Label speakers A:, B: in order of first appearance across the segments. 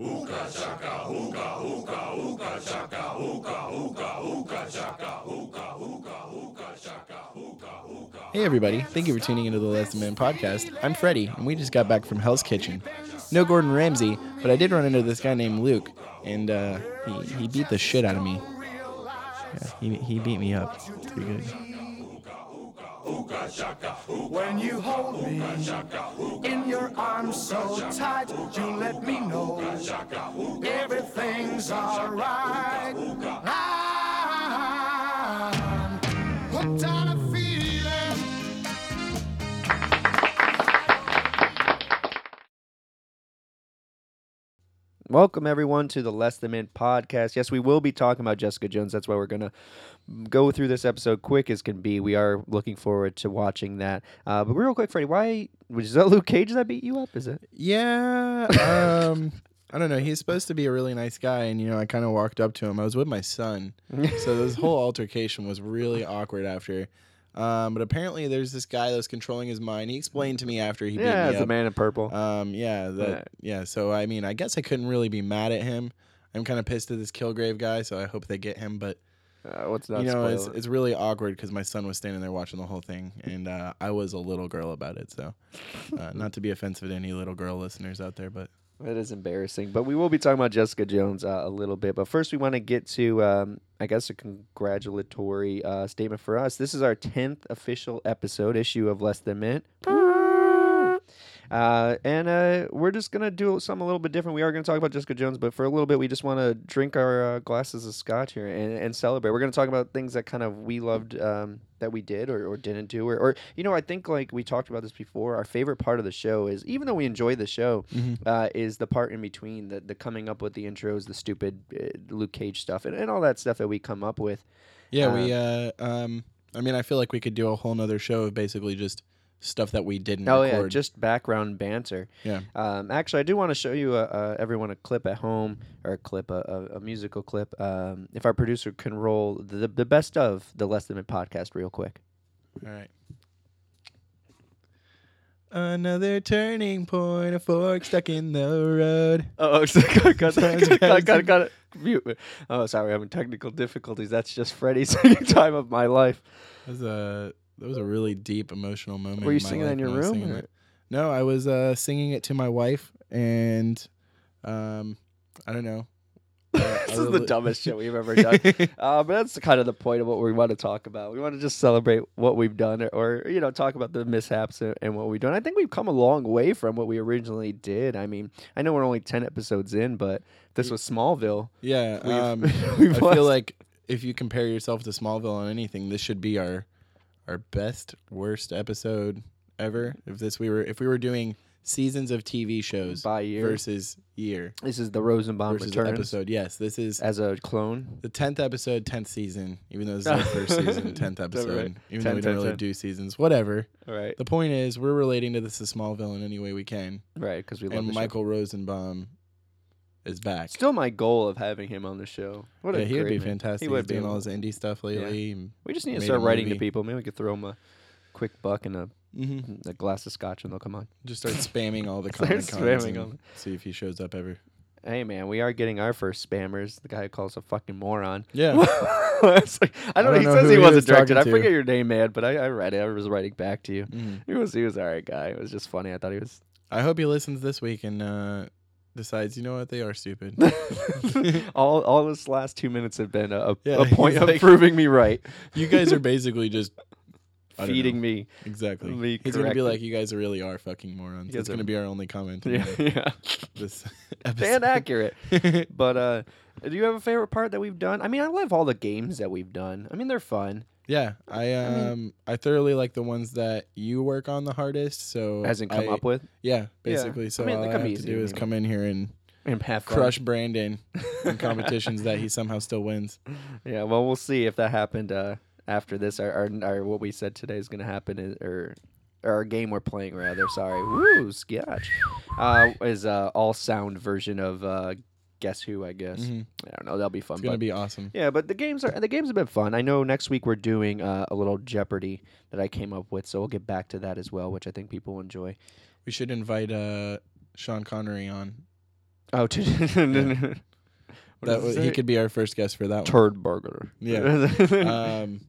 A: Ooka chaka, ooka, ooka, ooka chaka, ooka, ooka, ooka chaka, ooka, ooka, ooka chaka, ooka, ooka.
B: Hey, everybody. Thank you for tuning into the Less Than Man podcast. I'm Freddie, and we just got back from Hell's Kitchen. No Gordon Ramsay, but I did run into this guy named Luke, and uh, he, he beat the shit out of me. Yeah, he, he beat me up. It's pretty good.
C: When you hold me in your arms so tight, you let me know everything's alright. I'm hooked on a feeling.
D: Welcome everyone to the Less Than Man podcast. Yes, we will be talking about Jessica Jones. That's why we're gonna go through this episode quick as can be. We are looking forward to watching that. Uh, but real quick, Freddie, why was that Luke Cage that beat you up? Is it?
B: Yeah. Um, I don't know. He's supposed to be a really nice guy, and you know, I kind of walked up to him. I was with my son, so this whole altercation was really awkward after. Um, but apparently, there's this guy that's controlling his mind. He explained to me after he
D: Yeah,
B: beat me
D: it's the
B: up.
D: man in purple.
B: Um, yeah, that, yeah. So I mean, I guess I couldn't really be mad at him. I'm kind of pissed at this Kilgrave guy, so I hope they get him. But
D: Uh, what's that?
B: you know, it's,
D: spoil?
B: it's really awkward because my son was standing there watching the whole thing, and uh, I was a little girl about it. So, uh, not to be offensive to any little girl listeners out there, but
D: That is embarrassing. But we will be talking about Jessica Jones uh, a little bit. But first, we want to get to, um, I guess, a congratulatory uh, statement for us. This is our 10th official episode issue of Less Than Mint. Uh, and uh, we're just going to do something a little bit different. We are going to talk about Jessica Jones, but for a little bit, we just want to drink our uh, glasses of scotch here and, and celebrate. We're going to talk about things that kind of we loved um, that we did or, or didn't do. Or, or, you know, I think like we talked about this before, our favorite part of the show is, even though we enjoy the show, uh, is the part in between, the, the coming up with the intros, the stupid uh, Luke Cage stuff, and, and all that stuff that we come up with.
B: yeah, we. Uh, um, I mean, I feel like we could do a whole nother show of basically just stuff that we didn't.
D: Oh yeah,
B: record.
D: just background banter.
B: Yeah.
D: Um, actually, I do want to show you uh, uh, everyone a clip at home or a clip, a, a, a musical clip. Um, if our producer can roll the the best of the Less Than Mint podcast real quick.
B: All right. Another turning point, a fork stuck in the road.
D: Oh, got, got,
B: Sorry, got- got- got-
D: it. Mute. Oh, sorry, we're having technical difficulties. That's just Freddie's second time of my life.
B: That was a that was a really deep emotional moment.
D: Were you
B: in my
D: singing
B: life
D: in your
B: when I was
D: room,
B: singing
D: or-
B: it. No, I was uh, singing it to my wife, and um, I don't know.
D: this is the dumbest shit we've ever done. uh, but that's kind of the point of what we want to talk about. We want to just celebrate what we've done, or, or, you know, talk about the mishaps and, and what we've done. I think we've come a long way from what we originally did. I mean, I know we're only ten episodes in, but this was Smallville.
B: Yeah,
D: We've-
B: um,
D: we've
B: I feel
D: lost-
B: like if you compare yourself to Smallville on anything, this should be our our best worst episode ever. If this we were if we were doing seasons of TV shows
D: By year.
B: versus year
D: This is the Rosenbaum
B: versus
D: return
B: episode. Yes, this is
D: as a clone.
B: the tenth episode, tenth season. Even though this is our first season, tenth episode.
D: right.
B: Even
D: 10,
B: though we don't
D: 10,
B: really
D: 10.
B: do seasons, whatever.
D: All right,
B: The point is, we're relating to this as Smallville in any way we can,
D: right, because we love
B: and
D: the show.
B: Michael Rosenbaum is back.
D: Still, my goal of having him on the show. What
B: yeah,
D: a
B: he would
D: great
B: be
D: man.
B: fantastic.
D: He would
B: He's
D: be.
B: doing all his indie stuff lately.
D: We just need to
B: made a
D: start writing to
B: movie.
D: people. Maybe we could throw them a quick buck and a,
B: Mm-hmm.
D: a glass of scotch, and they'll come on.
B: Just start spamming all the
D: Start
B: Comic Cons
D: spamming
B: and
D: them.
B: see if he shows up ever.
D: Hey man, we are getting our first spammers. The guy who calls a fucking moron.
B: Yeah.
D: It's like- I don't know.
B: don't
D: He
B: know
D: says
B: who
D: he
B: he
D: wasn't
B: was
D: directed. I
B: talking to.
D: forget your name, man, but I, I read it. I was writing back to you.
B: Mhm.
D: He was he was all right guy. It was just funny. I thought he was.
B: I hope he listens this week and uh, decides, you know what, they are stupid.
D: all all this last two minutes have been a, a,
B: Yeah,
D: a point
B: he's
D: of
B: like-
D: proving me right,
B: you guys are basically just I don't know.
D: feeding me.
B: exactly.
D: Me
B: He's gonna be
D: corrected.
B: like, you guys really are fucking morons.
D: You guys
B: That's
D: are-
B: gonna be our only comment.
D: Yeah,
B: on
D: yeah.
B: This episode.
D: Damn accurate. But uh, do you have a favorite part that we've done? I mean, I love all the games that we've done. I mean, they're fun.
B: yeah, I um I, thoroughly like the ones that you work on the hardest. So
D: Hasn't come
B: I-
D: up with
B: Yeah, basically. So
D: I mean,
B: all
D: they
B: I
D: come
B: have to
D: easy,
B: do
D: I
B: is
D: mean.
B: come in here and
D: and have fun.
B: crush Brandon in competitions that he somehow still wins.
D: Yeah, well, we'll see if that happened uh, after this. Our, our, our what we said today is going to happen, is, or, or our game we're playing rather. Sorry, woo, sketch uh, is uh, all sound version of uh, Guess Who? I guess
B: Mhm.
D: I don't know. That'll be fun.
B: It's gonna
D: but-
B: be awesome.
D: yeah, but the games are the games have been fun. I know next week we're doing uh, a little Jeopardy that I came up with, so we'll get back to that as well, which I think people will enjoy.
B: We should invite uh Sean Connery on.
D: Oh, t- What
B: That
D: does
B: was,
D: it
B: he
D: say?
B: could be our first guest for that one.
D: turd burger.
B: Yeah. Um,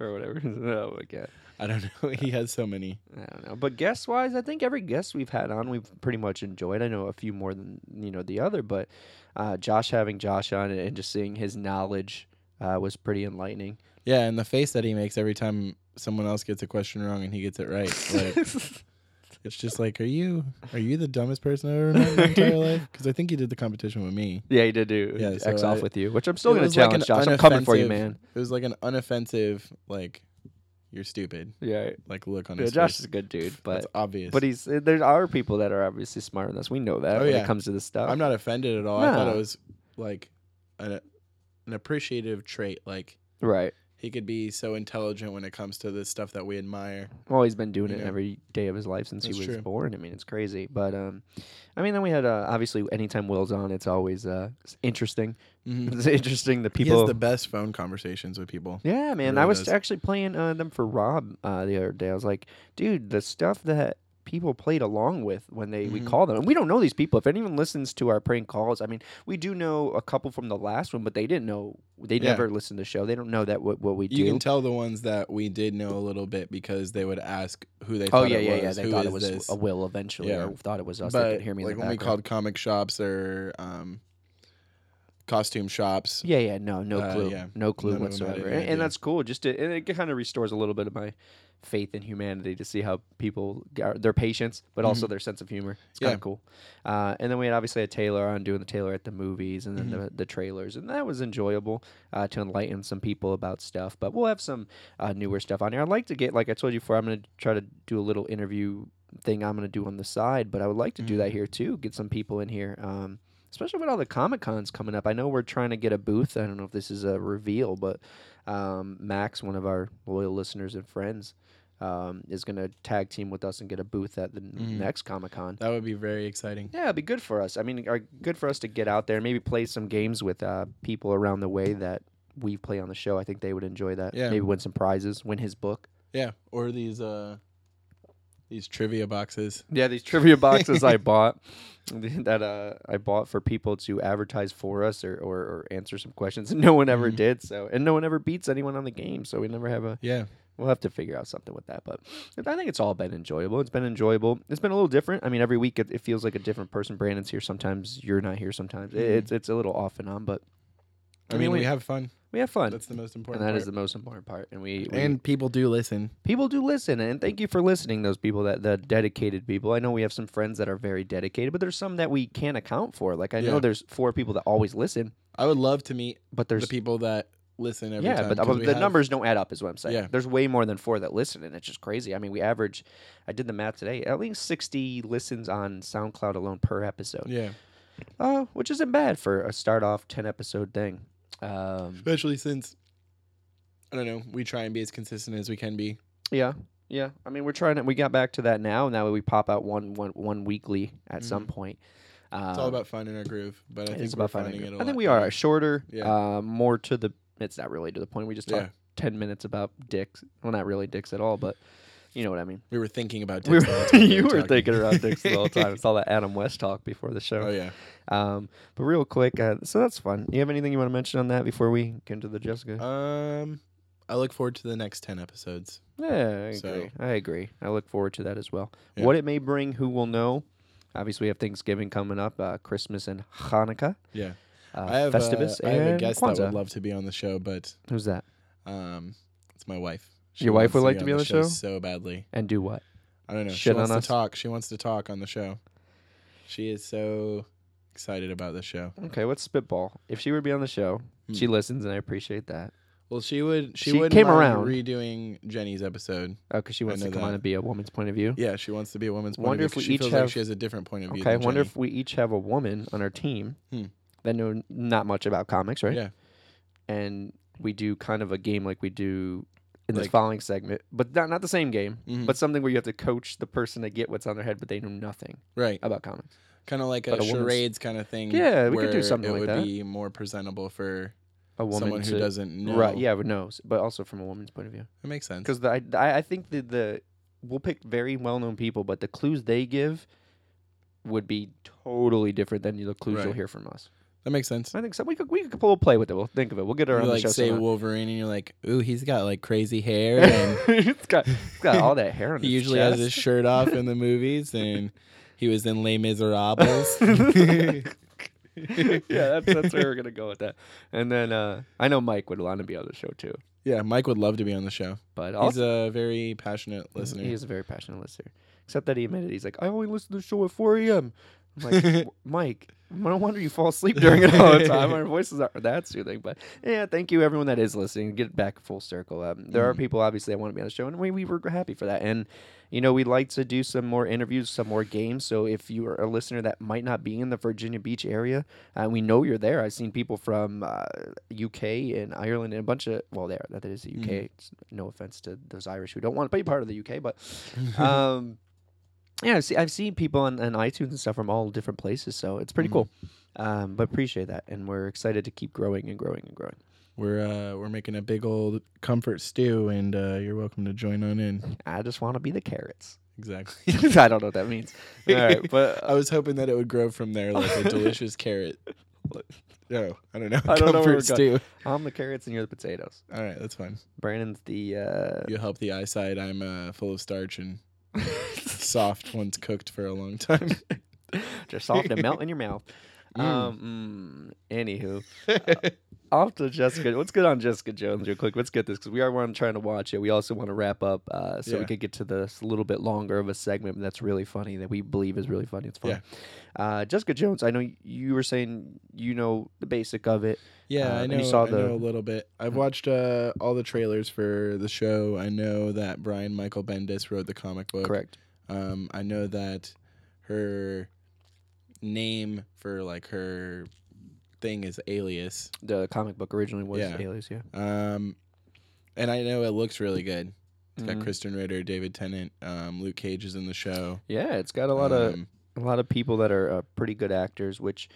D: or whatever. oh my god.
B: I don't know. He has so many.
D: I don't know. But guest wise, I think every guest we've had on, we've pretty much enjoyed. I know a few more than you know the other, but uh, Josh having Josh on and just seeing his knowledge uh, was pretty enlightening.
B: Yeah, and the face that he makes every time someone else gets a question wrong and he gets it right. Like, it's just like, are you are you the dumbest person I've ever met in my entire life? Because I think you did the competition with me.
D: yeah, he did do
B: Yeah, so
D: X off
B: I-
D: with you, which I'm still
B: It
D: gonna
B: was like
D: challenge
B: an
D: Josh. I'm coming for you,
B: unoffensive-
D: man.
B: It was like an unoffensive, like you're stupid,
D: Yeah,
B: like look on
D: yeah
B: his
D: Josh
B: face.
D: is a good dude,
B: That's
D: but
B: obvious.
D: but he's eh, there are people that are obviously smarter than us. We know that
B: Oh,
D: when it
B: yeah.
D: comes to this stuff.
B: I'm not offended at all. I thought
D: uh, No.
B: it was like an, an appreciative trait. Like
D: right.
B: he could be so intelligent when it comes to the stuff that we admire.
D: Well, he's been doing
B: You
D: it
B: know.
D: every day of his life since he
B: That's
D: was
B: true.
D: born. I mean, it's crazy. But um, I mean, then we had uh, obviously anytime Will's on, it's always uh, s- interesting.
B: Mhm.
D: It's interesting the
B: He
D: people.
B: has the best phone conversations with people.
D: yeah, man. I
B: really
D: was
B: does.
D: actually playing uh, them for Rob uh, the other day. I was like, dude, the stuff that people played along with when they we
B: Mhm.
D: call them, and we don't know these people. If anyone listens to our prank calls, I mean, we do know a couple from the last one, but they didn't know. They
B: Yeah.
D: never listened to the show. They don't know that what what we
B: You
D: do.
B: can tell the ones that we did know a little bit because they would ask who they
D: Oh
B: thought
D: yeah,
B: it
D: yeah,
B: was.
D: yeah. They
B: who
D: thought it
B: is
D: was
B: this?
D: a will eventually,
B: Yeah.
D: or thought it was us. they
B: but
D: could hear me. in
B: like
D: the
B: when we called
D: background.
B: comic shops or um, costume shops.
D: Yeah, yeah, no, no
B: Uh,
D: clue,
B: yeah.
D: no clue
B: None of 'em had
D: whatsoever,
B: any
D: and, and
B: idea.
D: that's cool. Just to, and it kind of restores a little bit of my faith in humanity to see how people g- are- their patience, but also their sense of humor. It's
B: Mm-hmm.
D: kind
B: Yeah.
D: of cool. Uh, and then we had obviously had Taylor on doing the Taylor at the movies, and then
B: Mm-hmm.
D: the, the trailers, and that was enjoyable uh, to enlighten some people about stuff. But we'll have some uh, newer stuff on here. I'd like to get, like I told you before, I'm going to try to do a little interview thing I'm going to do on the side, but I would like to do that here too. Get some people in here, um, especially with all the Comic Cons coming up. I know we're trying to get a booth. I don't know if this is a reveal, but um, Max, one of our loyal listeners and friends, um, is going to tag team with us and get a booth at the n- next Comic Con.
B: That would be very exciting.
D: Yeah, it'd be good for us. I mean, are good for us to get out there and maybe play some games with uh, people around the way that we play on the show. I think they would enjoy that.
B: Yeah.
D: Maybe win some prizes, win his book.
B: Yeah, or these uh, these trivia boxes.
D: Yeah, these trivia boxes I bought that uh, I bought for people to advertise for us or, or, or answer some questions, and no one ever did. So, and no one ever beats anyone on the game. So we never have a.
B: Yeah,
D: We'll have to figure out something with that, but I think it's all been enjoyable. It's been enjoyable. It's been a little different. I mean, every week it, it feels like a different person. Brandon's here sometimes. You're not here sometimes. It- it's it's a little off and on, but
B: I,
D: I mean,
B: mean,
D: we-
B: we, have fun.
D: we have fun.
B: That's the most
D: and
B: important.
D: that
B: part.
D: is the most important part. And we, we
B: and people do listen.
D: people do listen and thank you for listening those people that the dedicated people i know we have some friends that are very dedicated but there's some that we can't account for like i know
B: Yeah.
D: there's four people that always listen
B: I would love to meet
D: but there's
B: the people that listen every
D: yeah
B: time.
D: but
B: 'cause
D: the,
B: we
D: the
B: have-
D: numbers don't add up is what i'm saying
B: Yeah.
D: there's way more than four that listen and it's just crazy i mean we average i did the math today at least 60 listens on soundcloud alone per episode
B: Yeah,
D: uh, which isn't bad for a start off 10 episode thing um,
B: especially since I don't know. We try and be as consistent as we can be.
D: Yeah, yeah. I mean, we're trying to. We got back to that now, and that way we pop out one one one weekly at some point.
B: Mm-hmm.
D: Um,
B: It's all about finding our groove, but I
D: Uh, It's
B: think we're
D: about
B: finding
D: finding.
B: it.
D: it
B: A
D: I
B: lot
D: think we
B: better.
D: are shorter.
B: Yeah.
D: Uh, more to the. It's not really to the point. We just talked
B: Yeah.
D: ten minutes about dicks. Well, not really dicks at all, but you know what I mean.
B: We were thinking about
D: We
B: dicks all the
D: were,
B: time we
D: you were
B: talking.
D: thinking around dicks the whole time. It's all that Adam West talk before the show.
B: Oh yeah.
D: Um, but real quick, uh, so that's fun. You have anything you want to mention on that before we get into the Jessica?
B: Um, I look forward to the next ten episodes.
D: Yeah, I agree.
B: So-
D: I agree. I look forward to that as well.
B: Yeah.
D: What it may bring, who will know? Obviously, we have Thanksgiving coming up, uh, Christmas and Hanukkah.
B: Yeah,
D: Uh,
B: I have uh,
D: Festivus
B: I
D: and
B: have a guest
D: Kwanzaa.
B: that would love to be on the show, but
D: Who's that?
B: um, it's my wife.
D: Your wife
B: wants
D: would like to be on the show?
B: so badly.
D: And do what?
B: I don't know.
D: Shit
B: she wants
D: on
B: to
D: us?
B: talk. She wants to talk on the show. She is so excited about the show.
D: Okay, what's spitball? If she were to be on the show, she
B: Hmm.
D: listens, and I appreciate that.
B: Well, she would. She,
D: She
B: would
D: came
B: mind
D: around.
B: redoing Jenny's episode.
D: Oh, because she wants to
B: know
D: come on
B: that.
D: and be a woman's point of view.
B: Yeah, she wants to be a woman's point
D: Wonder
B: of view.
D: if
B: 'cause she
D: we each
B: feels
D: have-
B: like she has a different point of view.
D: okay, I
B: than
D: wonder
B: Jenny.
D: if we each have a woman on our team
B: Hmm.
D: that know n- not much about comics, right?
B: Yeah.
D: and we do kind of a game like we do in this
B: Like-
D: following segment, but not, not the same game,
B: Mhm.
D: but something where you have to coach the person to get what's on their head, but they know nothing
B: Right.
D: about comics.
B: Kind of like a,
D: but a woman's-
B: charades kind of thing.
D: Yeah, we could do
B: where
D: something
B: it
D: like
B: would
D: that.
B: be more presentable for
D: A woman
B: someone who
D: to-
B: doesn't know.
D: right, yeah, but knows, but also from a woman's point of view,
B: It makes sense.
D: because I, I I think the the we'll pick very well known people, but the clues they give would be totally different than the clues you'll
B: Right.
D: hear from us.
B: That makes sense.
D: I think so. We could we could we'll play with it. We'll think of it. We'll get her
B: You
D: on
B: like
D: the show.
B: say
D: somehow.
B: Wolverine, and you're like, ooh, he's got like crazy hair, and
D: it's got it's got all that hair on
B: he
D: his
B: usually has his
D: chest.
B: shirt off in the movies, and he was in Les Miserables.
D: yeah, that's that's where we're gonna go with that. And then uh, I know Mike would want to be on the show too,
B: yeah, Mike would love to be on the show.
D: but
B: He's
D: also
B: a very passionate listener.
D: he is a very passionate listener. Except that he admitted he's like, I only listen to the show at 4 a.m. I'm like, "W- Mike, no wonder you fall asleep during it all the time. Our voices aren't that soothing, but yeah, thank you everyone that is listening. Get it back full circle. Um, there are people obviously that want to be on the show, and we, we were happy for that. And you know, we'd like to do some more interviews, some more games. So if you are a listener that might not be in the Virginia Beach area, uh, we know you're there. I've seen people from uh, UK and Ireland and a bunch of well, there that is the UK. It's no offense to those Irish who don't want to be part of the UK, but. Um, yeah, I've, see, I've seen people on, on iTunes and stuff from all different places, so it's pretty cool. Um, but appreciate that, and we're excited to keep growing and growing and growing.
B: We're uh, we're making a big old comfort stew, and uh, you're welcome to join on in.
D: I just want to be the carrots.
B: Exactly.
D: I don't know what that means. All right, but uh,
B: I was hoping that it would grow from there like a delicious carrot. No, I don't know.
D: I don't know where
B: comfort
D: we're going.
B: stew.
D: I'm the carrots and you're the potatoes.
B: All right, that's fine.
D: Brandon's the uh,
B: You help the eyesight. I'm uh, full of starch and soft once cooked for a long time.
D: uh, just soft and melt in your mouth. Um, mm, anywho, Uh, off to Jessica. What's good on Jessica Jones, real quick? Let's get this because we are one trying to watch it. We also want to wrap up uh, so we
B: Yeah.
D: could get to this little bit longer of a segment that's really funny that we believe is really funny. It's funny. Uh, Jessica Jones. I know you were saying you know the basic of it.
B: Yeah,
D: Um,
B: I
D: and
B: know.
D: you saw
B: I know
D: the-
B: a little bit. I've watched uh, all the trailers for the show. I know that Brian Michael Bendis wrote the comic book.
D: Correct.
B: Um, I know that her name for like her thing is Alias.
D: The comic book originally was
B: Yeah.
D: Alias. Yeah.
B: Um, and I know it looks really good. It's
D: Mhm.
B: got Kristen Ritter, David Tennant, um, Luke Cage is in the show.
D: Yeah, it's got a lot of
B: Um,
D: a lot of people that are uh, pretty good actors, which,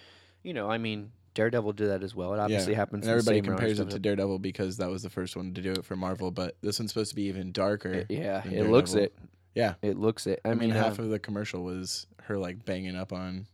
D: you know, I mean, Daredevil did that as well. It obviously happens.
B: And everybody
D: in the same
B: compares
D: round
B: it
D: as
B: to Daredevil because that was the first one to do it for Marvel, but this one's supposed to be even darker.
D: Daredevil. Yeah,
B: than
D: it looks it.
B: Daredevil. Yeah.
D: It looks it. I,
B: I mean,
D: mean,
B: half
D: uh,
B: of the commercial was her like banging up on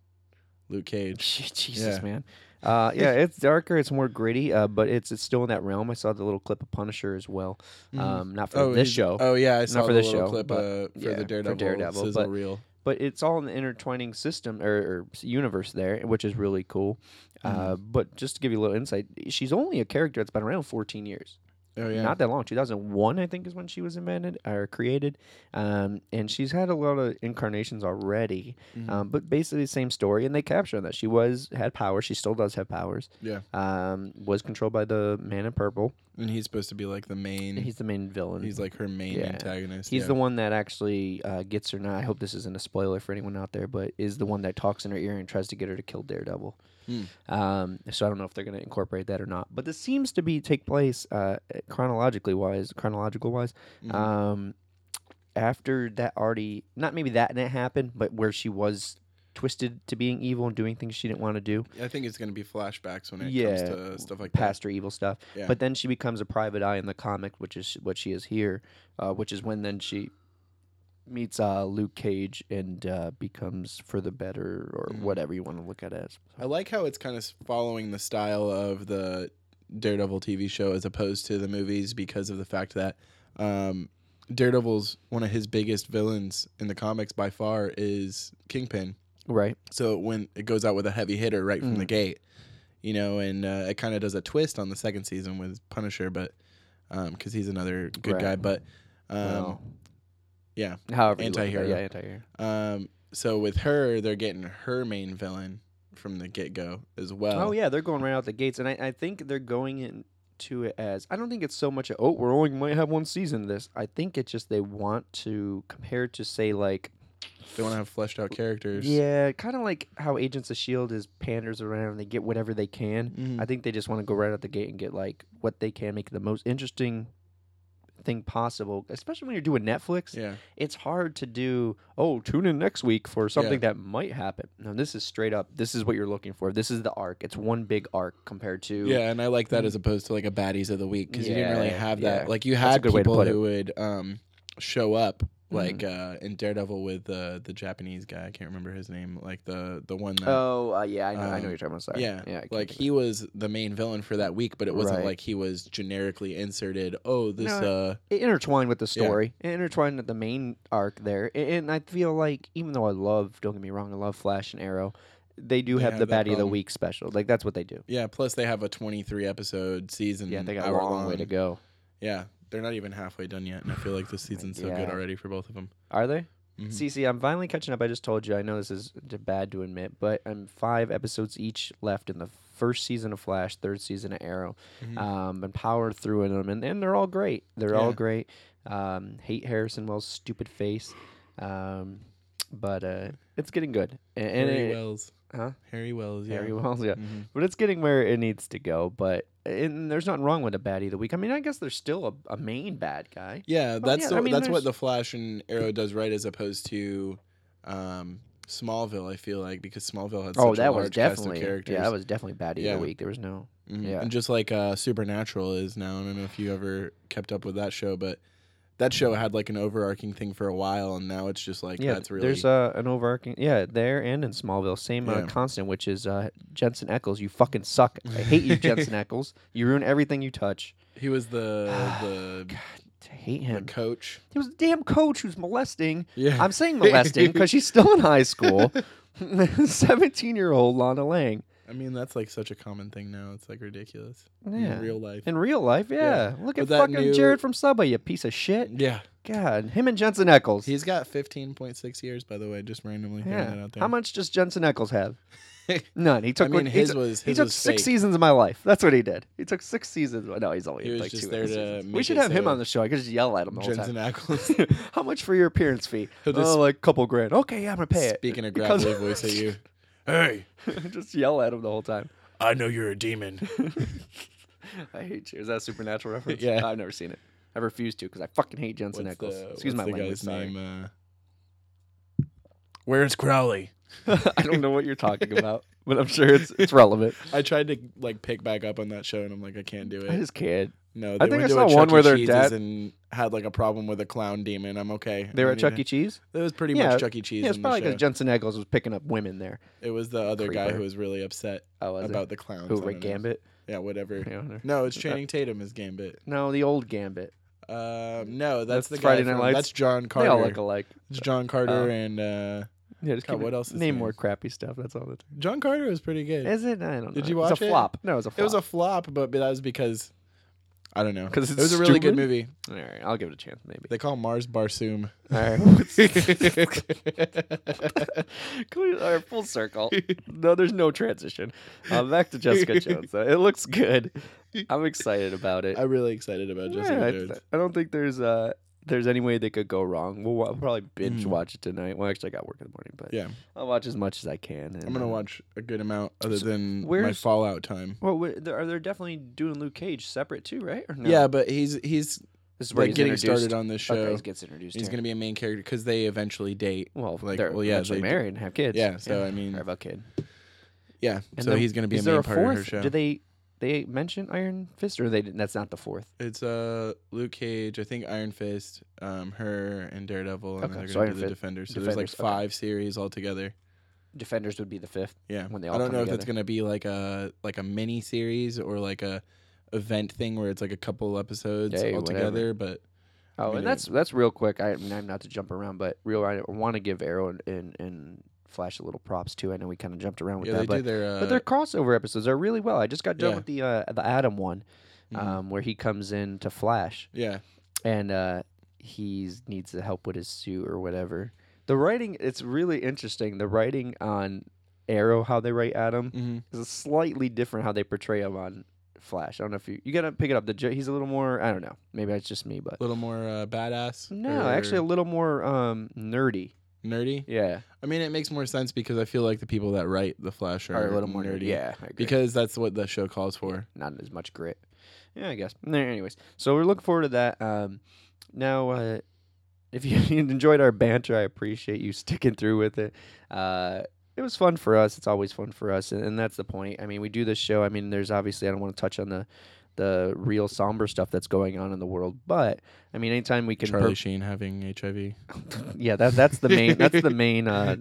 B: Luke Cage.
D: Jesus,
B: Yeah.
D: man. Uh, yeah, it's darker. It's more gritty, uh, but it's it's still in that realm. I saw the little clip of Punisher as well.
B: Mhm.
D: Um, not for this
B: he's-
D: show,
B: Oh yeah, I saw
D: for
B: the
D: this
B: little
D: show,
B: clip
D: but-
B: uh, for
D: yeah, for
B: the Daredevil,
D: Daredevil,
B: sizzle
D: but-
B: reel.
D: but it's all in the intertwining system or, or s- universe there, which is really cool. Uh,
B: Mm-hmm.
D: but just to give you a little insight, she's only a character that's been around 14 years.
B: Oh yeah,
D: not that long 2001 i think is when she was invented or created um, and she's had a lot of incarnations already
B: Mm-hmm.
D: um, but basically the same story and they capture that she was had power she still does have powers
B: yeah.
D: um, was controlled by the man in purple
B: And he's supposed to be like the main. Mm-hmm. He's,
D: he's the main villain
B: like her main
D: Yeah.
B: antagonist.
D: He's
B: yeah.
D: the one that actually uh, gets her. Now, I hope this isn't a spoiler for anyone out there, but is the one that talks in her ear and tries to get her to kill Daredevil. Um, so I don't know if they're going to incorporate that or not. But this seems to be take place uh, chronologically wise, chronological wise.
B: Mm-hmm. Hmm.
D: Um, after that already, not maybe that didn't happen, but where she was twisted to being evil and doing things she didn't want to do
B: I think it's gonna be flashbacks when it comes
D: Yeah,
B: to stuff like
D: past her evil stuff.
B: Yeah.
D: But then she becomes a private eye in the comic, which is what she is here, uh, which is when then she meets uh, Luke Cage and uh, becomes for the better or
B: Mm-hmm.
D: whatever you want to look at it as.
B: that. I like how it's kind of following the style of the Daredevil TV show as opposed to the movies because of the fact that um, Daredevil's one of his biggest villains in the comics by far is Kingpin.
D: Right.
B: So when it goes out with a heavy hitter right
D: Mm.
B: from the gate, you know, and uh, it kind of does a twist on the second season with Punisher, but because he's another good
D: Right.
B: guy, but um,
D: Well,
B: yeah.
D: however, you look at that.
B: anti-hero.
D: Yeah, anti-hero.
B: Um, so with her, they're getting her main villain from the get go as well.
D: Oh yeah, they're going right out the gates, and I, I think they're going into it as I don't think it's so much a, oh we're only might have one season of this. I think it's just they want to compare to say like
B: they want to have fleshed out characters.
D: Yeah, kind of like how Agents of Shield E is panders around. They get whatever they can.
B: Mm-hmm.
D: I think they just want to go right out the gate and get like what they can, make the most interesting thing possible. Especially when you're doing Netflix,
B: Yeah.
D: it's hard to do. Oh, tune in next week for something that might happen. No, this is straight up. This is what you're looking for. This is the arc. It's one big arc compared to
B: Yeah, and I like that as opposed to like a baddies of the week because you didn't really
D: Mm. Yeah,
B: have that.
D: yeah.
B: Like you
D: That's a
B: had
D: good way to
B: people
D: put it.
B: who would um, show up
D: Mm-hmm.
B: like uh, in Daredevil with uh, the Japanese guy. I can't remember his name. Like the the one that.
D: Oh uh, yeah, I know, I know
B: Um,
D: what you're talking about. Sorry.
B: Yeah,
D: yeah. I can't
B: like
D: think of
B: he was the main villain for that week, but it wasn't
D: Right.
B: like he was generically inserted. Oh, this
D: No,
B: uh,
D: it intertwined with the
B: Yeah.
D: story. It intertwined with the main arc there. A- And I feel like even though I love, don't get me wrong, I love Flash and Arrow, they do
B: They
D: have,
B: have
D: the
B: that um
D: baddie of the
B: problem.
D: week special. Like that's what they do.
B: yeah. Plus, they have a 23 episode season.
D: Yeah, they got a
B: hour
D: long, way to go.
B: Yeah, they're not even halfway done yet, and I feel like this season's so good
D: Yeah.
B: already for both of them.
D: Are they?
B: Mhm.
D: CC, I'm finally catching up. I just told you. I know this is d- bad to admit, but I'm five episodes each left in the first season of Flash, third season of Arrow. Um, and powered through in them, and, and they're all great. They're all
B: Mm-hmm. Yeah.
D: great. Um, hate Harrison Wells' stupid face, um, but uh, it's getting good. And, and
B: Harry
D: it-
B: Wells,
D: huh?
B: Harry Wells, yeah.
D: Harry Wells, yeah.
B: Mhm.
D: But it's getting where it needs to go. But and there's nothing wrong with a baddie of the week. I mean, I guess there's still a, a main bad guy.
B: Yeah, that's
D: Oh, yeah,
B: the,
D: I mean,
B: that's what
D: there's-
B: the Flash and Arrow does right, as opposed to um, Smallville. I feel like because Smallville had such
D: oh,
B: a
D: that
B: large
D: was definitely
B: cast of characters,
D: yeah, that was definitely baddie
B: Yeah.
D: of the week. There was no
B: Mhm.
D: yeah.
B: and just like uh, Supernatural is now. I don't know if you ever kept up with that show, but that show had like an overarching thing for a while, and now it's just like
D: yeah.
B: that's really
D: There's uh, an overarching yeah there and in Smallville same uh,
B: Yeah.
D: constant which is uh, Jensen Eccles. You fucking suck. I hate you, Jensen Eccles. You ruin everything you touch.
B: he was the the,
D: I hate
B: the
D: him.
B: coach.
D: He was a damn coach who's molesting.
B: Yeah.
D: I'm saying molesting because she's still in high school. 17 year old Lana Lang.
B: I mean, that's like such a common thing now. It's like ridiculous
D: Yeah.
B: in real life.
D: In real life, yeah.
B: Yeah.
D: Look
B: But
D: at
B: that
D: fucking
B: new-
D: Jared from Subway, you piece of shit.
B: yeah,
D: God, him and Jensen Eccles.
B: he's got 15.6 years, by the way. Just randomly throwing that
D: yeah.
B: out there.
D: How much does Jensen Eccles have? None. He took.
B: mean,
D: he
B: his
D: took-
B: was-
D: he
B: his
D: took
B: was
D: six
B: fake.
D: seasons of my life. That's what he did. He took six seasons. No, he's only
B: He was
D: like
B: just
D: two
B: there to
D: seasons. We
B: make
D: should
B: it
D: have him
B: so
D: on the show. I could just yell at him the whole
B: Jensen
D: time.
B: Ackles.
D: How much for your appearance fee?
B: He'll just-
D: oh, like a couple grand. Okay, yeah, I'm gonna pay it.
B: Speaking a
D: Because-
B: gravelly voice at you. Hey,
D: just yell at him the whole time.
B: I know you're a demon.
D: I hate you. Is that a supernatural reference?
B: Yeah.
D: I've never seen it. I refuse to because I fucking hate Jensen
B: What's
D: Eccles.
B: the-
D: Excuse
B: what's the
D: my language.
B: guy's
D: sorry.
B: name? Uh, Where's Crowley?
D: I don't know what you're talking about, but I'm sure it's it's relevant.
B: I tried to like pick back up on that show, and I'm like, I can't do
D: I
B: it.
D: just can't.
B: No, they
D: I think
B: went
D: I
B: to
D: saw
B: a Chuck
D: one where
B: E.
D: their
B: Cheese's
D: dad-
B: and had like a problem with a clown demon. I'm okay.
D: They were
B: I
D: at
B: need
D: Chuck
B: to-
D: E. Cheese.
B: It was pretty
D: Yeah,
B: much Chuck E. Cheese.
D: Yeah, it's
B: in the
D: probably because
B: show.
D: Jensen Eccles was picking up women there.
B: It was the other guy
D: Creeper.
B: who was really upset
D: Oh, was it?
B: about the clowns. I
D: Who,
B: don't
D: Rick
B: know.
D: Gambit?
B: Yeah, whatever.
D: Yeah, I don't know.
B: No, it's Channing Tatum as Gambit.
D: No, the old Gambit.
B: Um, no,
D: That's
B: that's, the guy
D: Friday Night
B: from-
D: Lights.
B: That's John Carter.
D: They all look alike. Oh.
B: It's John Carter and uh,
D: Yeah, just
B: God,
D: keep it-
B: what else is
D: Name
B: there?
D: more crappy stuff. That's all the time.
B: John Carter was pretty good.
D: Is it? I don't know.
B: Did you
D: It's
B: watch
D: a
B: it?
D: flop. No, it was a flop.
B: It was a flop, but but that was because I don't know.
D: 'Cause
B: it
D: it's
B: was a really good
D: stupid?
B: movie.
D: All right, I'll give it a chance, maybe.
B: They call Mars Barsoom.
D: All right. Can we- all right, full circle. No, there's no transition. Uh, back to Jessica Jones. though. It looks good. I'm excited about it.
B: I'm really excited about Jessica
D: Yeah, I,
B: Jones.
D: I don't think there's uh there's any way they could go wrong. We'll wa- probably binge watch it tonight. Well, actually, I got work in the morning, but
B: Mm. Yeah,
D: I'll watch as much as I can. and,
B: I'm gonna
D: uh,
B: watch a good amount other than my
D: where's-
B: Fallout time.
D: Well, wait, they're, are they definitely doing Luke Cage separate too, right? Or no?
B: Yeah, but he's he's
D: this is where
B: like
D: he's
B: getting
D: introduced.
B: started on this show.
D: Okay, he gets introduced.
B: he's
D: here.
B: gonna be a main character because they eventually date.
D: well,
B: like,
D: they're
B: well, yeah,
D: eventually
B: they-
D: married and have kids.
B: Yeah, so, I mean-
D: Or have a kid.
B: Yeah,
D: And
B: so
D: then-
B: he's gonna be a
D: is
B: main
D: there
B: part
D: fourth?
B: of her show.
D: Do they they mention Iron Fist or they didn't? That's not the fourth.
B: It's uh Luke Cage, I think Iron Fist, um, her and Daredevil, and
D: Okay,
B: then they're
D: so
B: gonna do
D: Iron
B: the
D: Fist-
B: Defenders. So there's like
D: Defenders, okay.
B: five series altogether.
D: Defenders would be the fifth.
B: Yeah,
D: When they
B: I
D: all
B: don't
D: come
B: know if
D: together.
B: it's gonna be like a like a mini series or like a event thing where it's like a couple episodes
D: Hey,
B: all together. But
D: Oh,
B: mean, it-
D: and that's that's real quick. I, I mean, I'm not to jump around, but real. I want to give Arrow and, and and Flash a little props too. I know we kind of jumped around with
B: yeah,
D: that,
B: they
D: but
B: do their. Uh,
D: but their crossover episodes are really well. I just got done
B: Yeah.
D: with the uh, the Adam one,
B: Mhm.
D: um, where he comes in to Flash
B: yeah,
D: and uh, he needs the help with his suit or whatever. The writing, it's really interesting. The writing on Arrow, how they write Adam,
B: hmm
D: is slightly different how they portray him on Flash. I don't know if you you gotta pick it up. The jo- he's a little more. I don't know. Maybe it's just me, but
B: a little more uh, badass.
D: no,
B: or
D: actually a little more um, nerdy.
B: nerdy.
D: Yeah,
B: I mean, it makes more sense because I feel like the people that write the Flash are,
D: or a little more nerdy. Yeah, I agree.
B: because that's what the show calls for.
D: not as much grit. Yeah, I guess. Nah, Anyways, so we're looking forward to that. Um, now, uh, if you enjoyed our banter, I appreciate you sticking through with it. Uh, it was fun for us. It's always fun for us, and, and that's the point. I mean, we do this show. I mean, there's obviously I don't want to touch on the the real somber stuff that's going on in the world. But I mean, anytime we can,
B: Charlie
D: per-
B: Sheen having HIV.
D: yeah, that that's the main that's the main uh,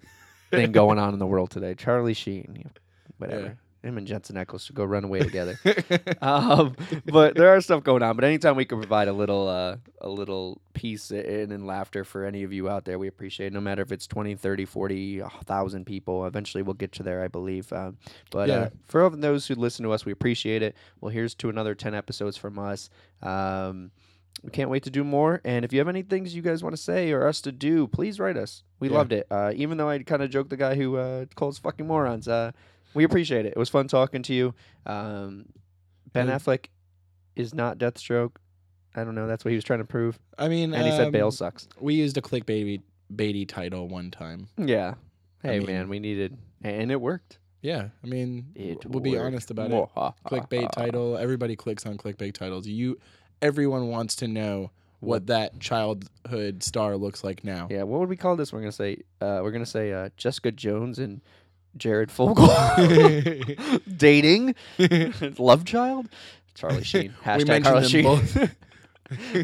D: thing going on in the world today. Charlie Sheen, you know, whatever. Him and Jensen Ackles should go run away together. um, but there are stuff going on. But anytime we can provide a little uh, a little peace and, and laughter for any of you out there, we appreciate it. No matter if it's 20, 30, 40, 1,000 people, eventually we'll get to there, I believe. Um, but
B: Yeah.
D: uh, for all of those who listen to us, we appreciate it. Well, here's to another 10 episodes from us. Um, we can't wait to do more. And if you have any things you guys want to say or us to do, please write us. We
B: Yeah.
D: loved it. Uh, even though I kind of joked the guy who uh, calls fucking morons, uh, we appreciate it. It was fun talking to you. Um, ben
B: Yeah.
D: Affleck is not Deathstroke. I don't know. That's what he was trying to prove.
B: I mean,
D: And he said
B: um,
D: Bale sucks.
B: We used a clickbaity baity title one time.
D: Yeah. Hey,
B: mean-
D: man, we needed. And it worked.
B: Yeah, I mean,
D: It
B: we'll be
D: worked.
B: honest about it.
D: Mwahaha.
B: Clickbait title. Everybody clicks on clickbait titles. You, everyone wants to know what that childhood star looks like now.
D: Yeah, what would we call this? We're gonna say uh, we're gonna say uh, Jessica Jones and Jared Fogle dating love child. Charlie Sheen.
B: we
D: Hashtag
B: mentioned
D: Charlie
B: them
D: Sheen.
B: both.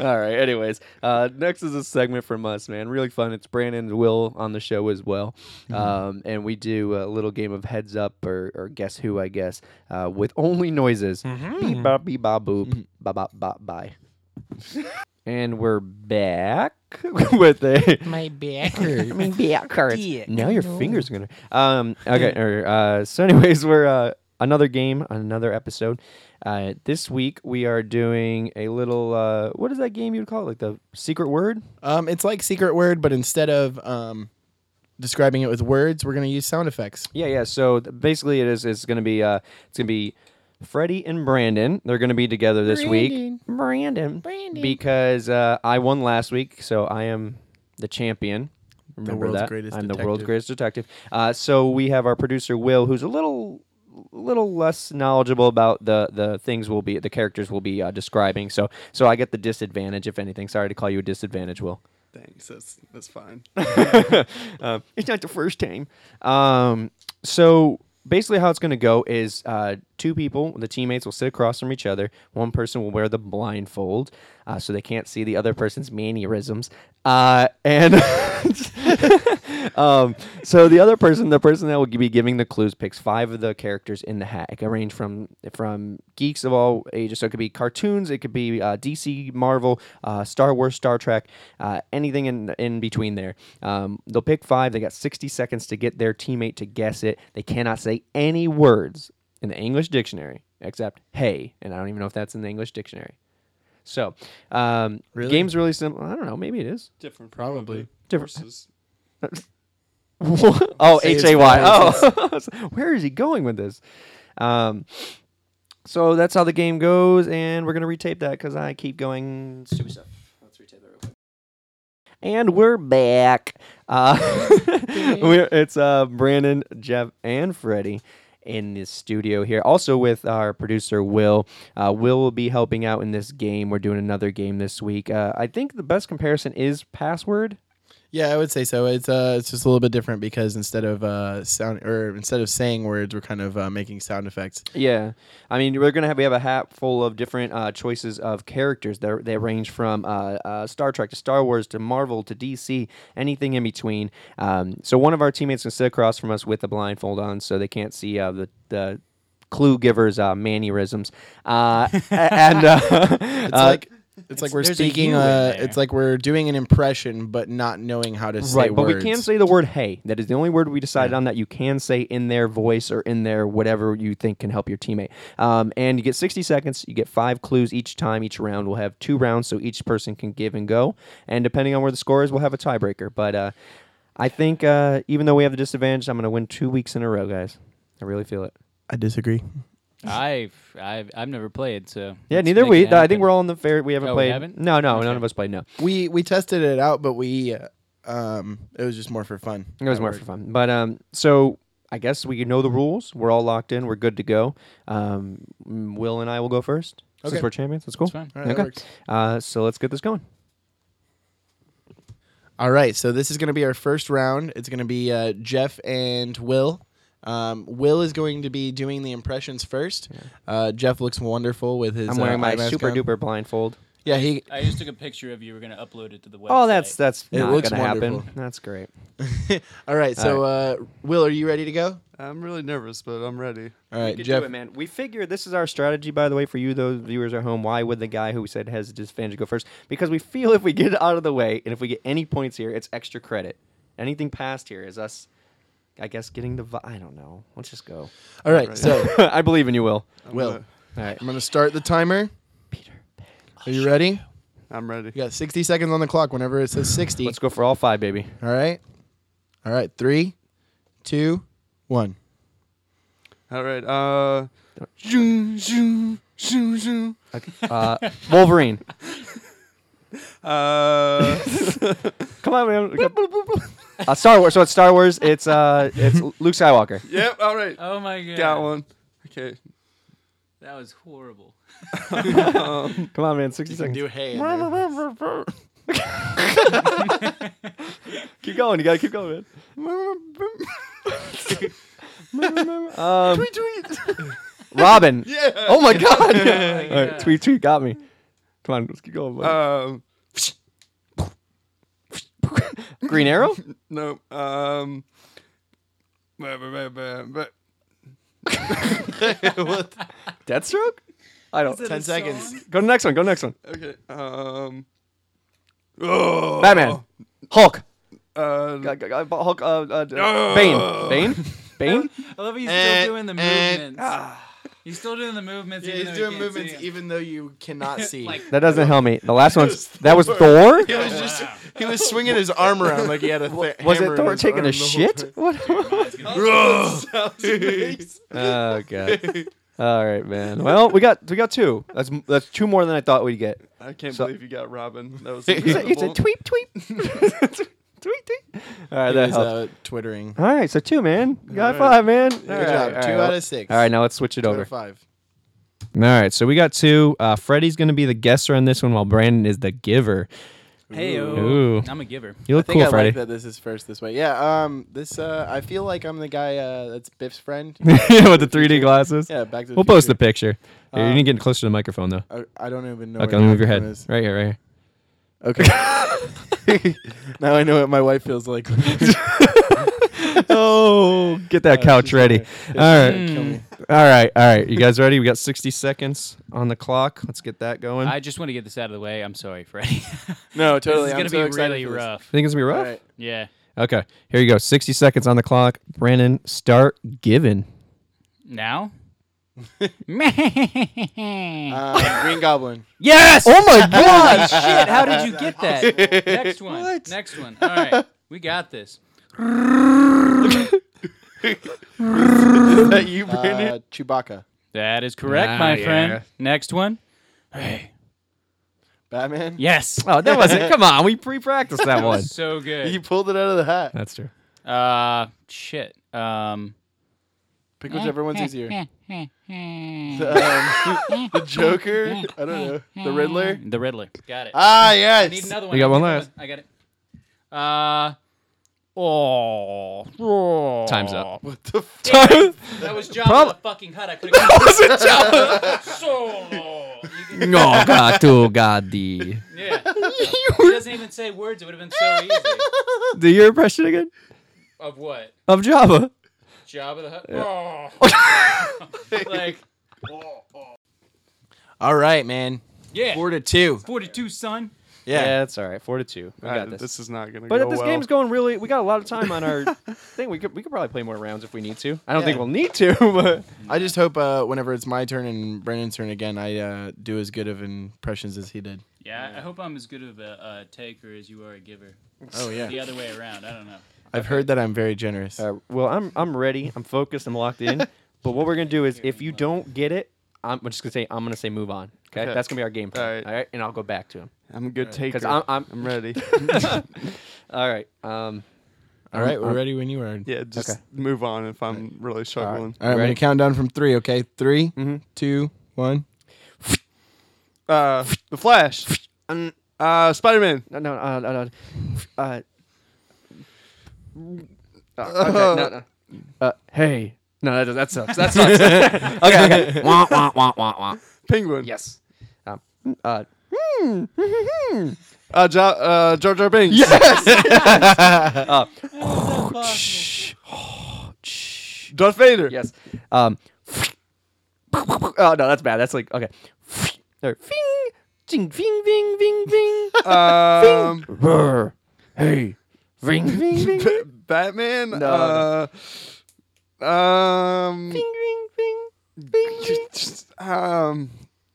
D: All right. Anyways, uh, next is a segment from us, man. Really fun. It's Brandon and Will on the show as well,
B: Mm-hmm.
D: um, and we do a little game of heads up or, or guess who, I guess, uh, with only noises.
B: Mm-hmm.
D: Beep bop beep bop boop
B: Mm.
D: bop bop bop bye. and we're back with a
E: My back
D: mean, yeah, cards.
E: Dick.
D: Now your fingers are gonna. Um. Okay. or, uh, so, anyways, we're uh, another game, another episode. Uh, this week we are doing a little. Uh, what is that game you'd call it? Like the secret word?
B: um, it's like secret word, but instead of um, describing it with words, we're gonna use sound effects.
D: Yeah, yeah. So th- basically, it is. It's gonna be. Uh, it's gonna be Freddie and Brandon. They're gonna be together this week. Brandon. Brandon. Because uh, I won last week, so I am the champion. Remember
B: world's
D: that?
B: greatest
D: I'm the world's
B: detective.
D: greatest detective. Uh, so we have our producer Will, who's a little little less knowledgeable about the the things will be the characters will be uh, describing. So so I get the disadvantage if anything. Sorry to call you a disadvantage, Will.
F: Thanks. That's that's fine.
D: Um, it's not the first time. Um, so basically, how it's going to go is uh, two people, the teammates, will sit across from each other. One person will wear the blindfold, uh, so they can't see the other person's mannerisms. Uh, and um, so the other person, the person that will be giving the clues, picks five of the characters in the hat. It can range from from geeks of all ages. So it could be cartoons, it could be uh, DC, Marvel, uh, Star Wars, Star Trek, uh, anything in in between there. Um, they'll pick five. They got sixty seconds to get their teammate to guess it. They cannot say any words in the English dictionary except "hey," and I don't even know if that's in the English dictionary. So, um,
B: Really?
D: game's really simple. I don't know. Maybe it is.
F: Different. from
B: Probably.
D: Different.
F: horses.
D: oh,
B: Say
D: H
B: it's
D: A Y. Oh, where is he going with this? Um, so that's how the game goes, and we're gonna retape that because I keep going stupid stuff. Let's retape that real quick. And we're back. Uh, we're, it's uh, Brandon, Jeff, and Freddie in the studio here. Also with our producer Will. Uh, Will will be helping out in this game. We're doing another game this week. Uh, I think the best comparison is password.
B: Yeah, I would say so. It's uh, it's just a little bit different because instead of uh, sound or instead of saying words, we're kind of uh, making sound effects.
D: Yeah, I mean, we're gonna have we have a hat full of different uh, choices of characters. They they range from uh, uh, Star Trek to Star Wars to Marvel to DC, anything in between. Um, so one of our teammates can sit across from us with a blindfold on, so they can't see uh, the the clue givers uh, mannerisms. Uh, a- and uh,
B: It's
D: uh,
B: like it's like we're
E: there's a
B: speaking.
E: you in
B: Uh,
E: there.
B: it's like we're doing an impression, but not knowing how to say
D: right, but
B: words.
D: we can say the word "hey." That is the only word we decided on that you can say in their voice or in their whatever you think can help your teammate. Um, and you get 60 seconds. You get five clues each time. Each round we'll have two rounds, so each person can give and go. And depending on where the score is, we'll have a tiebreaker. But uh, I think uh, even though we have the disadvantage, I'm going to win two weeks in a row, guys. I really feel it.
B: I disagree.
E: I've I've I've never played, so
D: Yeah,
E: let's
D: neither
E: make
D: we.
E: it
D: I think
E: happen.
D: we're all in the fair. We haven't
E: Oh, we
D: played.
E: haven't?
D: No, no, none of us played. No.
B: We we tested it out, but we uh, um, it was just more for fun.
D: It was more for fun. But um, so I guess we know
B: Mm-hmm.
D: the rules. We're all locked in. We're good to go. Um, Will and I will go first since
B: Okay.
D: we're champions. That's cool.
E: fine.
B: All right, that
D: okay.
B: works.
D: Uh, so let's get this going.
B: All right, so this is going to be our first round. It's going to be uh, Jeff and Will, Um, Will is going to be doing the impressions first. Uh, Jeff looks wonderful with his.
D: I'm
B: uh,
D: wearing my
B: eye mask
D: super
B: on.
D: duper blindfold.
B: Yeah, he.
E: I just took a picture of you. We're gonna upload it to the website.
D: Oh, that's that's
B: It
D: not
B: looks
D: gonna happen.
B: wonderful.
D: That's great.
B: All right, so Uh, Will, are you ready to go?
F: I'm really nervous, but I'm ready.
B: All right,
D: could
B: Jeff.
D: do it, man. We figure this is our strategy, by the way, for you, those viewers at home. Why would the guy who said has disadvantage go first? Because we feel if we get it out of the way and if we get any points here, it's extra credit. Anything past here is us, I guess, getting the. Vi- I don't know. Let's just go.
B: All right, so
D: I believe in you, Will.
B: Will,
D: All right,
B: I'm gonna start the timer.
D: Peter.
B: Are you ready?
F: I'm ready.
B: You got 60 seconds on the clock. Whenever it says 60.
D: Let's go for all five, baby.
B: All right. All right. Three, two, one.
F: All right. Uh, zoom, zoom, zoom, zoom.
D: Uh, Wolverine.
F: Uh,
D: Come on, man. uh, Star Wars. So it's Star Wars. It's uh, it's Luke Skywalker.
F: yep. All right.
E: Oh my god.
F: Got one. Okay.
E: That was horrible.
D: Come on, man. Sixty seconds.
B: hey.
D: Keep going. You gotta keep going, man. um, tweet tweet. Robin. Yeah. Oh my god. All right, tweet tweet got me. Come on, let's keep going. bud.
F: Um,
D: Green Arrow.
F: no. Um, but, but, but, but,
D: Deathstroke. I don't.
B: Ten seconds.
D: Go to the next one. Go to the next one.
F: okay. Um, oh,
D: Batman. Hulk.
F: Uh,
D: G- g- g- Hulk. Uh, uh,
F: No.
D: Bane. Bane. Bane.
E: I love he's
B: Eh,
E: still doing the
B: eh,
E: movements. he's still doing the movements.
B: Yeah,
E: even
B: he's
E: though
B: doing
E: we can't see
B: movements
E: him.
B: even though you cannot see.
E: Like,
D: That doesn't help me. The last one's that was Thor.
B: he was just he was swinging his arm around like he had a th-
D: Was
B: hammer
D: it
B: in
D: Thor
B: his
D: taking
B: arm
D: a
B: the whole
D: shit? What? Oh god. All right, man. Well, we got we got two. That's that's two more than I thought we'd get.
F: I can't
D: So-
F: believe you got Robin. That was
D: It's a,
F: incredible.
D: it's a tweet tweet. tweet tweet. All right,
B: He
D: that
B: was,
D: helped.
B: uh, twittering.
D: All right, so two, man. You got
F: All right.
D: five, man. All
B: Good job.
D: all
B: Two
D: well-
B: out of six.
D: All right, now let's switch it
B: Two out
D: over.
B: of five.
D: All right, so we got two. Uh, Freddie's going to be the guesser on this one, while Brandon is the giver.
E: hey,
D: Ooh.
E: I'm a giver.
D: You
B: I
D: look
B: think
D: cool,
B: I
D: Freddie.
B: like that this is first this way. Yeah. Um. This. Uh. I feel like I'm the guy. Uh. That's Biff's friend.
D: yeah, with the 3D glasses.
B: yeah. Back to. The
D: we'll post the
B: Future.
D: picture. Here, you
B: Um,
D: need to get closer to the microphone, though.
B: I, I don't even know.
D: Okay,
B: where
D: let me move your
B: my
D: head.
B: phone is.
D: Right here, right here.
B: Okay. now I know what my wife feels like.
D: oh, get that couch
B: she's
D: ready. All right. Hmm.
B: Kill me.
D: All right, all right. You guys ready? We got 60 seconds on the clock. Let's get that going. I
E: I just want to get this out of the way. I'm sorry, Freddie.
B: No, totally. I'm
E: This is gonna
B: so
E: be
B: excited
E: really
B: for this.
E: rough.
D: think it's gonna be
B: All
D: rough.
B: right.
E: Yeah.
D: Okay, here you go. 60 seconds on the clock. Brandon, start giving.
E: Now.
B: Um, Green Goblin.
E: yes.
D: Oh my gosh!
E: shit! How did you get that? Next one. Next one. All right, we got this.
D: that you,
B: Uh, Chewbacca.
E: That is correct,
D: Ah,
E: my
D: yeah.
E: friend. Next one. Hey.
B: Batman.
E: Yes.
D: Oh, that wasn't. Come on, we pre-practiced that one.
E: So
B: He
E: good.
B: pulled it out of the hat.
D: That's true.
E: Uh, shit. Um,
B: Pick whichever one's easier. The, um, the Joker. I don't know. The Riddler.
E: the Riddler. Got it.
B: Ah,
E: I need
B: yes.
E: another one.
D: Uh, We got
E: I
D: one
E: need
D: last.
E: I got it. Uh. Oh,
D: Time's up.
B: What the f-
E: that was Jabba
D: Prob-
E: the fucking Hutt. I could have solo. You can-
D: No, Oh, God, to God, the.
E: Yeah, he doesn't even say words. It would have been so easy.
D: Do your impression again
E: Of what?
D: of Java.
E: Jabba the Hutt. Oh. like,
B: All right, man.
E: yeah.
B: Four to two.
E: 42, son.
B: Yeah.
D: that's all right. Four to two. We
F: All right, Uh, This is not gonna
D: But
F: go
D: if this
F: well.
D: game's going really, we got a lot of time on our thing. We could we could probably play more rounds if we need to. I don't think
B: Yeah.
D: we'll need to, but
B: I just hope uh, whenever it's my turn and Brandon's turn again, I uh, do as good of impressions as he did.
E: Yeah, I hope I'm as good of a, a taker as you are a giver.
B: Oh
E: The
B: yeah.
E: other way around. I don't know.
B: I've heard that I'm very generous.
D: Uh, well, I'm I'm ready. I'm focused. I'm locked in. but what we're gonna do is, if you don't get it, I'm just gonna say I'm gonna say move on. Okay,
F: Okay.
D: that's gonna be our game plan. All right.
F: Alright.
D: and I'll go back to him.
F: I'm a good taker.
D: 'Cause I'm- I'm-
F: I'm ready.
D: All right. Um.
B: All right, we're ready when you are.
F: yeah, just
D: Okay.
F: move on if I'm really struggling.
B: All right, I'm
D: Ready?
B: gonna count down from three. Okay, three, two, one.
F: Uh, the Flash. uh, Spider Man.
D: No. No. Uh. no, no. Uh. uh, okay, no, no. Uh, hey. No, that, that sucks. That sucks. okay, okay. Wah, wah, wah, wah, wah.
F: Penguin.
D: Yes. Um, uh, hmm.
F: Uh, jo- uh, Jar Jar Binks. Darth Vader.
D: yes. Um, oh, no, that's bad. That's like, okay. Or, fing, ding, fing, Uh, ving, ving, ving.
F: Um,
D: Brr. Hey. Ring, ving, ving,
F: B- Batman.
D: No,
F: uh, Um.
D: Bing, bing, bing, bing, bing.
F: just, um.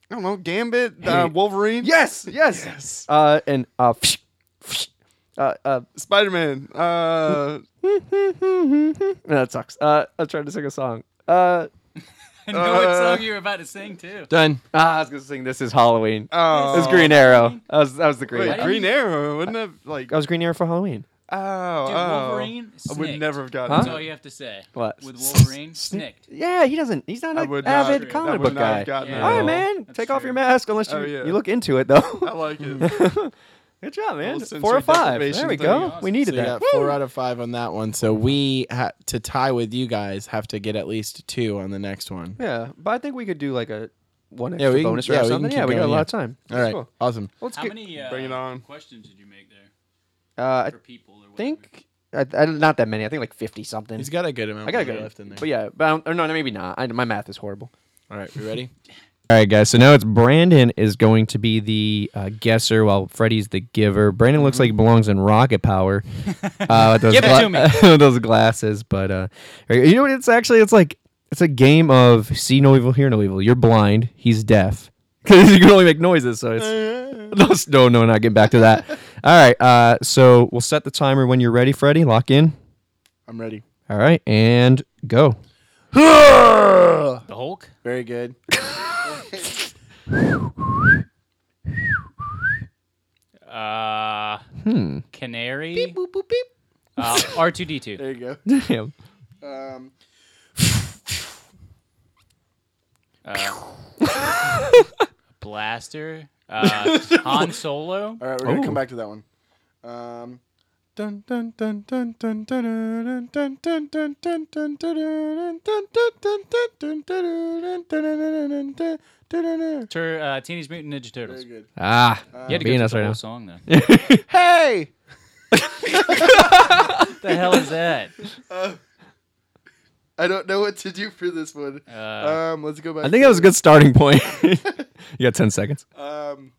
F: I don't know. Gambit. Uh, Wolverine.
D: Yes, yes.
F: Yes.
D: Uh, and uh, uh, uh,
F: Spider Man. Uh.
D: that sucks. Uh, I'm trying to sing a song. Uh,
E: I know what song you were about to sing too.
F: Done.
D: ah, I was gonna sing. This is Halloween.
F: Oh.
D: It was Green Arrow. That was that was the Green.
F: Wait,
D: Arrow.
F: Green Arrow. Wouldn't it like?
D: That was Green Arrow for Halloween.
F: Oh.
E: Dude,
F: oh.
E: Wolverine.
F: I would
E: snicked.
F: never have gotten
E: That's
F: it.
E: all you have to say.
D: What?
E: With Wolverine, snicked.
D: Yeah, he doesn't. He's not
F: I
D: an
F: would not-
D: avid
F: I
D: comic
F: would
D: book
F: not have
D: guy.
F: gotten
E: Yeah.
D: All right,
E: it.
D: man.
E: That's
D: Take off
E: true.
D: your mask unless you,
F: Oh, yeah.
D: you look into it though.
F: I like it.
D: Good job, man.
F: Little
D: Four or
F: sensory
D: five. There
F: deprivation
D: we
F: thing.
D: go.
E: Awesome.
D: We
B: So
D: needed
B: you
D: that.
B: got four out of five on that one. So we ha- to tie with you guys have to get at least two on the next one.
D: Yeah, but I think we could do like a one extra
B: Yeah, we can-
D: bonus or
B: yeah, we can
D: something.
B: keep
D: Yeah, we got a
B: going,
D: lot
B: yeah.
D: of time.
B: All right,
D: Cool.
B: awesome.
D: Let's
E: How
D: get.
E: many uh,
F: Bring it on.
E: questions did you make there
D: uh, I
E: for people? Or whatever?
D: think I, I, not that many. I think like fifty something.
B: He's got a good amount.
D: I got a
B: more
D: good
B: left in there.
D: But yeah, but I don't, or no, no, maybe not. I, my math is horrible.
B: All right, we ready?
D: All right, guys. So now it's Brandon is going to be the uh, guesser while Freddy's the giver. Brandon looks like he belongs in Rocket Power. Uh, with those
E: Give it to me.
D: with those glasses, but uh, you know what? It's actually it's like it's a game of see no evil, hear no evil. You're blind. He's deaf because you can only make noises. So it's no, no, not getting back to that. All right. Uh, so we'll set the timer when you're ready, Freddy. Lock in.
B: I'm ready.
D: All right, and go.
E: the Hulk.
B: Very good.
E: Uh,
D: Hmm.
E: Canary. Uh,
B: Boop boop beep.
E: R two D two.
B: There you
D: Damn.
B: go. Um,
E: Uh, Blaster. Uh, Han Solo.
B: all right, we're
D: Oh.
B: gonna come back to that one. Um. Dun dun dun dun dun dun dun dun dun dun dun dun dun dun dun dun dun dun dun dun dun dun dun dun dun.
E: Tur- uh, Teenage Mutant Ninja Turtles.
B: Very good.
D: Ah.
E: You had to go
D: Being
E: through
D: us
E: the
D: right
E: whole
D: now.
E: song though. what
B: Hey.
E: the hell is that?
B: I don't know what to do for this one.
E: Uh,
B: Um, let's go back.
D: I think that was a good starting point. you got 10 seconds.
B: Um,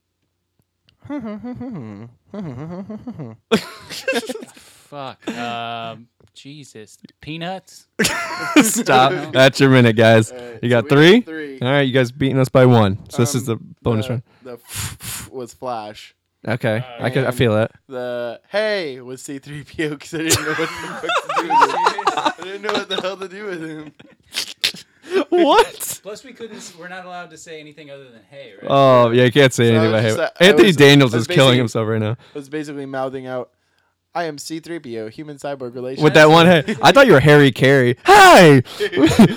E: fuck. Um, Jesus. Peanuts.
D: Stop. That's your minute, guys. you got
B: so we
D: three?
B: got three. Um, uh,
D: All right, you guys beating us by one. So this is the bonus
B: the,
D: round.
B: the f- was Flash.
D: Okay. I, can, I
B: and-
D: feel that.
B: The hey was C3PO because I didn't know what the fuck to do with him. I didn't know what the hell to do with him.
D: what?
E: Plus, we couldn't. We're not allowed to say anything other than "Hey." Right?
D: Oh, yeah, you can't say
B: So I
D: anything
B: was
D: about
B: just
D: him.
B: like- I
D: Anthony
B: was-
D: Daniels
B: I was
D: is killing
B: basically-
D: himself right now
B: I was basically mouthing out, "I am C3PO, human cyborg relation."
D: with that one. Hey, I thought you were Harry Carey. Hey,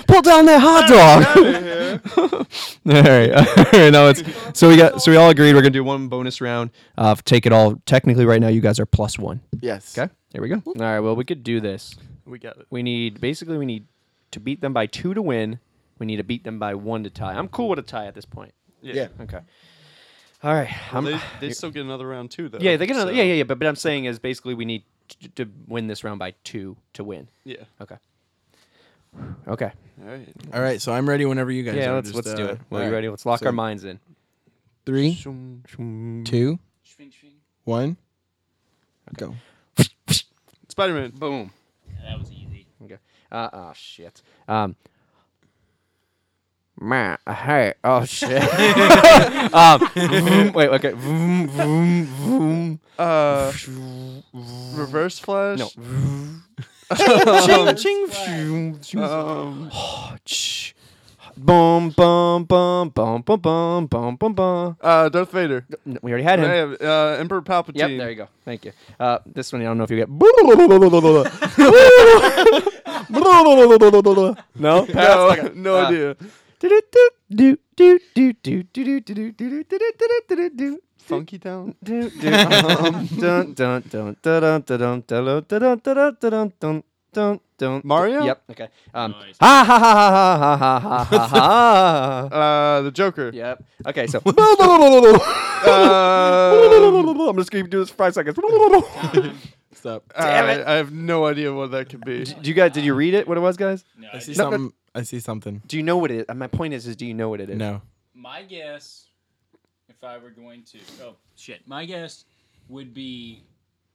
D: pull down that hot dog. all right, all right. Now it's so we got so we all agreed we're gonna do one bonus round. Uh, take it all. Technically, right now you guys are plus one.
B: Yes.
D: Okay, there we go. All right, well, we could do this.
F: We got it.
D: We need basically we need to beat them by two to win. We need to beat them by one to tie. I'm cool with a tie at this point.
B: Yeah.
D: Okay. All right. I'm,
F: They, they still get another round too, though.
D: yeah, they get another.
F: so-
D: Yeah, yeah, yeah. But, but I'm saying is basically we need to, to win this round by two to win.
F: Yeah.
D: Okay. Okay.
F: All right.
B: All right, so I'm ready whenever you guys
D: Yeah,
B: are.
D: let's
B: Just,
D: let's
B: uh,
D: do it. Well,
B: all
D: you
B: right.
D: ready? Let's lock
B: So-
D: our minds in.
B: Three, two,
E: Shwing, shwing.
B: one, go.
F: Spider Man. Boom.
E: Yeah, that was easy.
D: Okay. Uh, oh shit. Um. Man, hey, oh shit. um, vroom, wait, okay. Vroom, vroom, vroom.
F: Uh, Reverse Flash.
D: No.
E: Ching,
F: Um,
D: Ch- Bum bum bum bum bum bum bum bum bum.
F: uh, Darth Vader.
D: No, We already had him.
F: I have, uh, Emperor Palpatine.
D: Yep, there you go. Thank you. Uh, this one I don't know if you get. no,
F: No, Oh,
D: uh,
F: no idea. Funky Town.
D: idea. Don't
F: Mario?
D: Yep. Okay. Um,
E: Nice.
D: Ha ha ha ha ha ha ha ha ha. ha.
F: Uh, the Joker.
D: Yep. Okay. So um,
F: Uh,
D: I'm just gonna do this for five seconds.
B: Stop.
D: Damn it.
F: I, I have no idea what that could be.
D: Do you guys? Did you read it? What it was, guys?
E: No,
B: I see
D: No, no.
B: something. I see something.
D: Do you know what it is? Uh, My point is, is do you know what it is?
B: No.
E: my guess, if I were going to, oh shit, my guess would be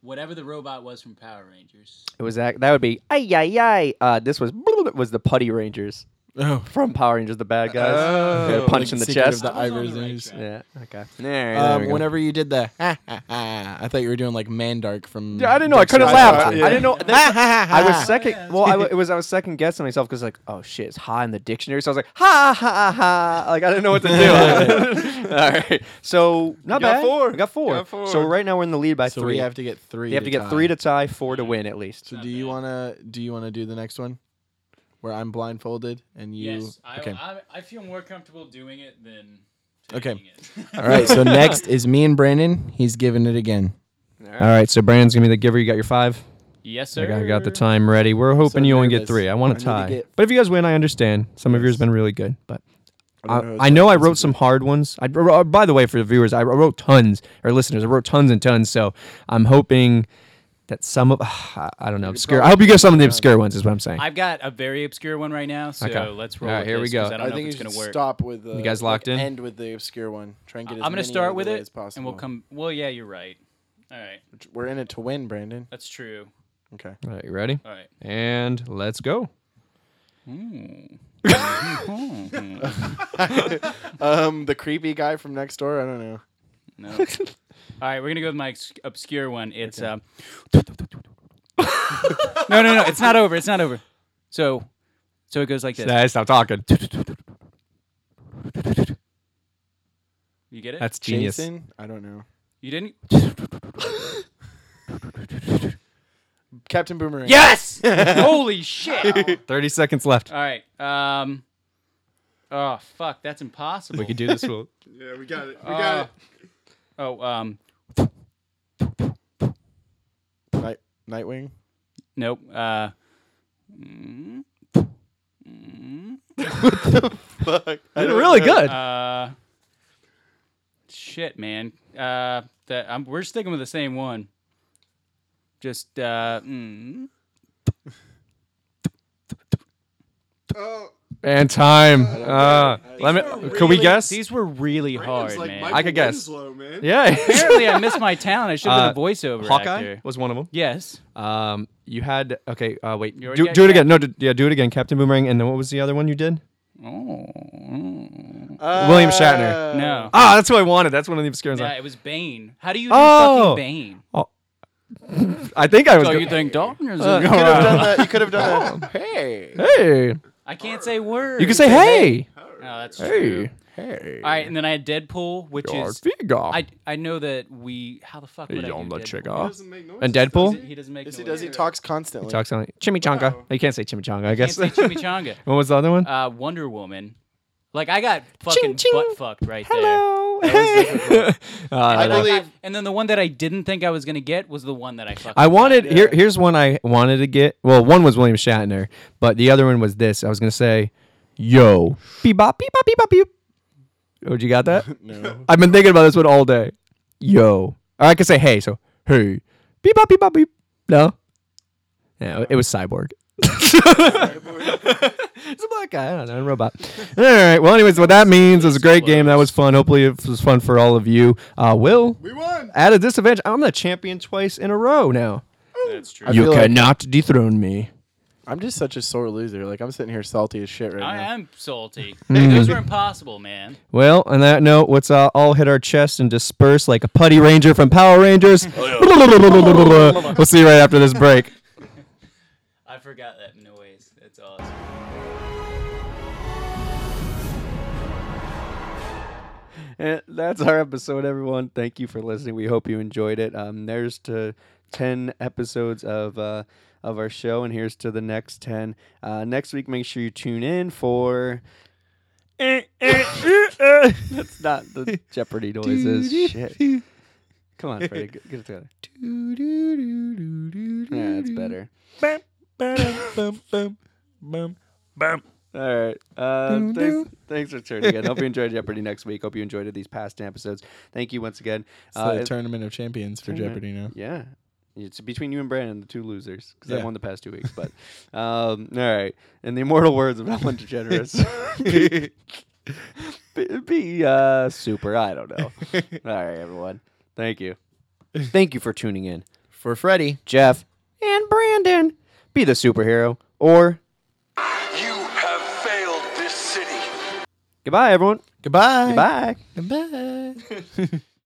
E: whatever the robot was from Power Rangers.
D: It was that. That would be. Ay ay ay. Uh, this was was the Putty Rangers
B: Oh.
D: from Power Rangers, the bad guys.
F: Oh.
D: They had a punch
B: Like
D: in the
B: Secret of
D: chest.
B: the
E: I was on
B: Ivors
E: the right
B: News.
E: track.
D: yeah. Okay. There, there we
B: Um,
D: go.
B: whenever you did the ha ha ha, I thought you were doing like Mandark from.
D: Yeah, I didn't know. I
B: Dexter
D: couldn't
B: Lab.
D: laugh.
F: Yeah.
D: I didn't know.
B: Ha, ha, ha,
D: I was
B: ha.
D: second.
E: yeah,
D: well, I w- it was I was second guessing myself because like, oh shit, it's ha in the dictionary. So I was like, ha ha ha. Like I didn't know what to do. All right. So not
F: got
D: bad.
F: four.
D: We got four.
F: Got four.
D: So right now we're in the lead by
B: So
D: three.
B: we have to get three.
D: you have to get three to tie, four to win at least.
B: So do you wanna do you wanna do the next one, where I'm blindfolded and you?
E: Yes, I,
B: okay.
E: I, I feel more comfortable doing it than
B: Okay.
E: taking it.
B: All right. So next is me and Brandon. He's giving it again.
D: All right. So Brandon's gonna be the giver. You got your five.
E: yes, sir.
D: I got the time ready. We're
B: So
D: hoping you only get
B: nervous.
D: three. I
B: I
D: want
B: need
D: to
B: to
D: tie.
B: get-
D: But if you guys win, I understand. Some of yours been really good, but I,
B: don't know
D: I
B: if
D: know I
B: it's
D: wrote some hard ones. I uh, by the way for the viewers, I wrote tons or listeners. I wrote tons and tons. So I'm hoping that some of I I don't know obscure. I hope you get some of the obscure ones. Is what I'm saying.
E: I've got a very obscure one right now, so
D: Okay.
E: let's roll.
D: All right,
E: with
D: here we
E: this 'cause
D: go.
E: I don't know
B: think
E: if
B: you
E: it's
B: should
E: gonna work.
B: stop with the.
D: You guys locked in?
B: End with the obscure one. Try and get. As
E: I'm gonna
B: many out
E: start
B: of
E: with
B: the way
E: it,
B: As possible.
E: and we'll come. Well, yeah, you're right. All right,
B: We're in it to win, Brandon.
E: that's true.
B: Okay.
D: All right, you ready?
E: All right.
D: And let's go.
B: Um, the creepy guy from next door. I don't know.
E: No. All right, we're gonna go with my ex- obscure one. It's um. no, no, no! It's not over. It's not over. So, so it goes like this.
D: Nah, stop talking.
E: you get it?
D: That's genius.
B: Jason. I don't know.
E: you didn't?
B: Captain Boomerang.
E: Yes! Holy shit!
D: Thirty seconds left.
E: All right. Um. Oh fuck! That's impossible.
D: We can do this. We'll,
F: Yeah, we got it. We
E: Uh, oh um.
B: Night- Nightwing.
E: Nope. Uh.
D: really good.
E: Uh. Shit, man. Uh. That I'm, we're sticking with the same one. Just uh. Mm.
F: Oh,
D: and time. Uh, let me. Could we guess?
E: These were really hard,
F: Brandon's like
E: man.
F: Michael
D: I could guess.
F: Winslow, man.
D: yeah.
E: Apparently, I missed my talent. I should have been a
D: Uh,
E: voiceover
D: Hawkeye
E: actor.
D: was one of them.
E: Yes.
D: Um, you had okay. Uh, wait.
E: You already
D: Do,
E: got
D: do it again. No. Do, yeah. Do it again. Captain Boomerang. And then what was the other one you did?
E: Oh,
D: William Shatner.
E: No.
D: Ah, that's who I wanted. That's one of the obscure ones.
E: Uh, Yeah,
D: I-
E: it was Bane. How do you do
D: Oh!
E: fucking Bane?
D: I think I was.
E: So
D: go-
E: Oh, you think darkness
D: Uh,
E: is
B: You could have done that. You could have done that. Hey.
D: hey.
E: I can't say words.
D: You can say hey.
E: No, that's true.
D: Hey.
B: Hey.
E: All right, and then I had Deadpool, which
D: Your
E: is
D: figure.
E: I I know that we how the fuck would I do
D: Beyond the
E: Deadpool?
D: trigger.
F: doesn't make noise.
D: And
E: He
D: Deadpool.
E: he doesn't make.
B: Yes, he
E: noise.
B: does. He talks constantly.
D: Talks on chimichanga. You can't say chimichanga. I
E: Can't
D: guess.
E: say chimichanga.
D: what was the other one?
E: Uh, Wonder Woman. Like I got fucking
D: ching.
E: butt fucked right
D: Hello. Oh, Hey.
B: I
D: Uh,
E: there. And, I
B: believe.
E: got- and then the one that I didn't think I was gonna get was the one that I fucking.
D: I wanted
B: Yeah.
D: here. Here's one I wanted to get. Well, one was William Shatner, but the other one was this. I was gonna say, "Yo, bebop, bebop, bebop, beep." Oh, you got that?
B: No.
D: I've been thinking about this one all day. Yo, or I could say, "Hey," so hey, bebop, bebop, beep. No, no, it was Cyborg. It's a black guy. I don't know, a robot. All right. Well, anyways, what that means is a great game. That was fun. Hopefully, it was fun for all of you. Uh, Will,
F: We won.
D: at a disadvantage, I'm the champion twice in a row now.
E: That's true.
B: I
D: You
B: feel like-
D: cannot dethrone me.
B: I'm just such a sore loser. Like I'm sitting here salty as shit right
E: I
B: now.
E: am salty. Those were impossible, man.
D: Well, on that note, let's uh, all hit our chest and disperse like a putty ranger from Power Rangers.
B: Oh,
D: we'll see you right after this break.
E: I forgot that noise. That's awesome.
D: And Eh, that's our episode, everyone. Thank you for listening. We hope you enjoyed it. Um, there's to ten episodes of uh, of our show, and here's to the next ten. Uh, next week, make sure you tune in for. that's not the Jeopardy noises. Shit. Come on, Freddie, get, get it together. Yeah, that's better.
B: Bum, bum, bum.
F: Bam.
D: All right. Uh, thanks, thanks for tuning in. Hope you enjoyed Jeopardy next week. Hope you enjoyed it, these past episodes. Thank you once again.
B: It's
D: Uh,
E: Uh,
B: the tournament of champions for Jeopardy now.
D: Yeah. It's between you and Brandon, the two losers, because I
B: Yeah.
D: won the past two weeks. But um, all right, in the immortal words of Ellen DeGeneres, be, be uh, super. I don't know. All right, everyone. Thank you. Thank you for tuning in.
B: For Freddie.
D: Jeff and Brandon, be the superhero or
A: You have failed this city.
D: goodbye, everyone.
B: Goodbye.
D: Goodbye.
B: Goodbye.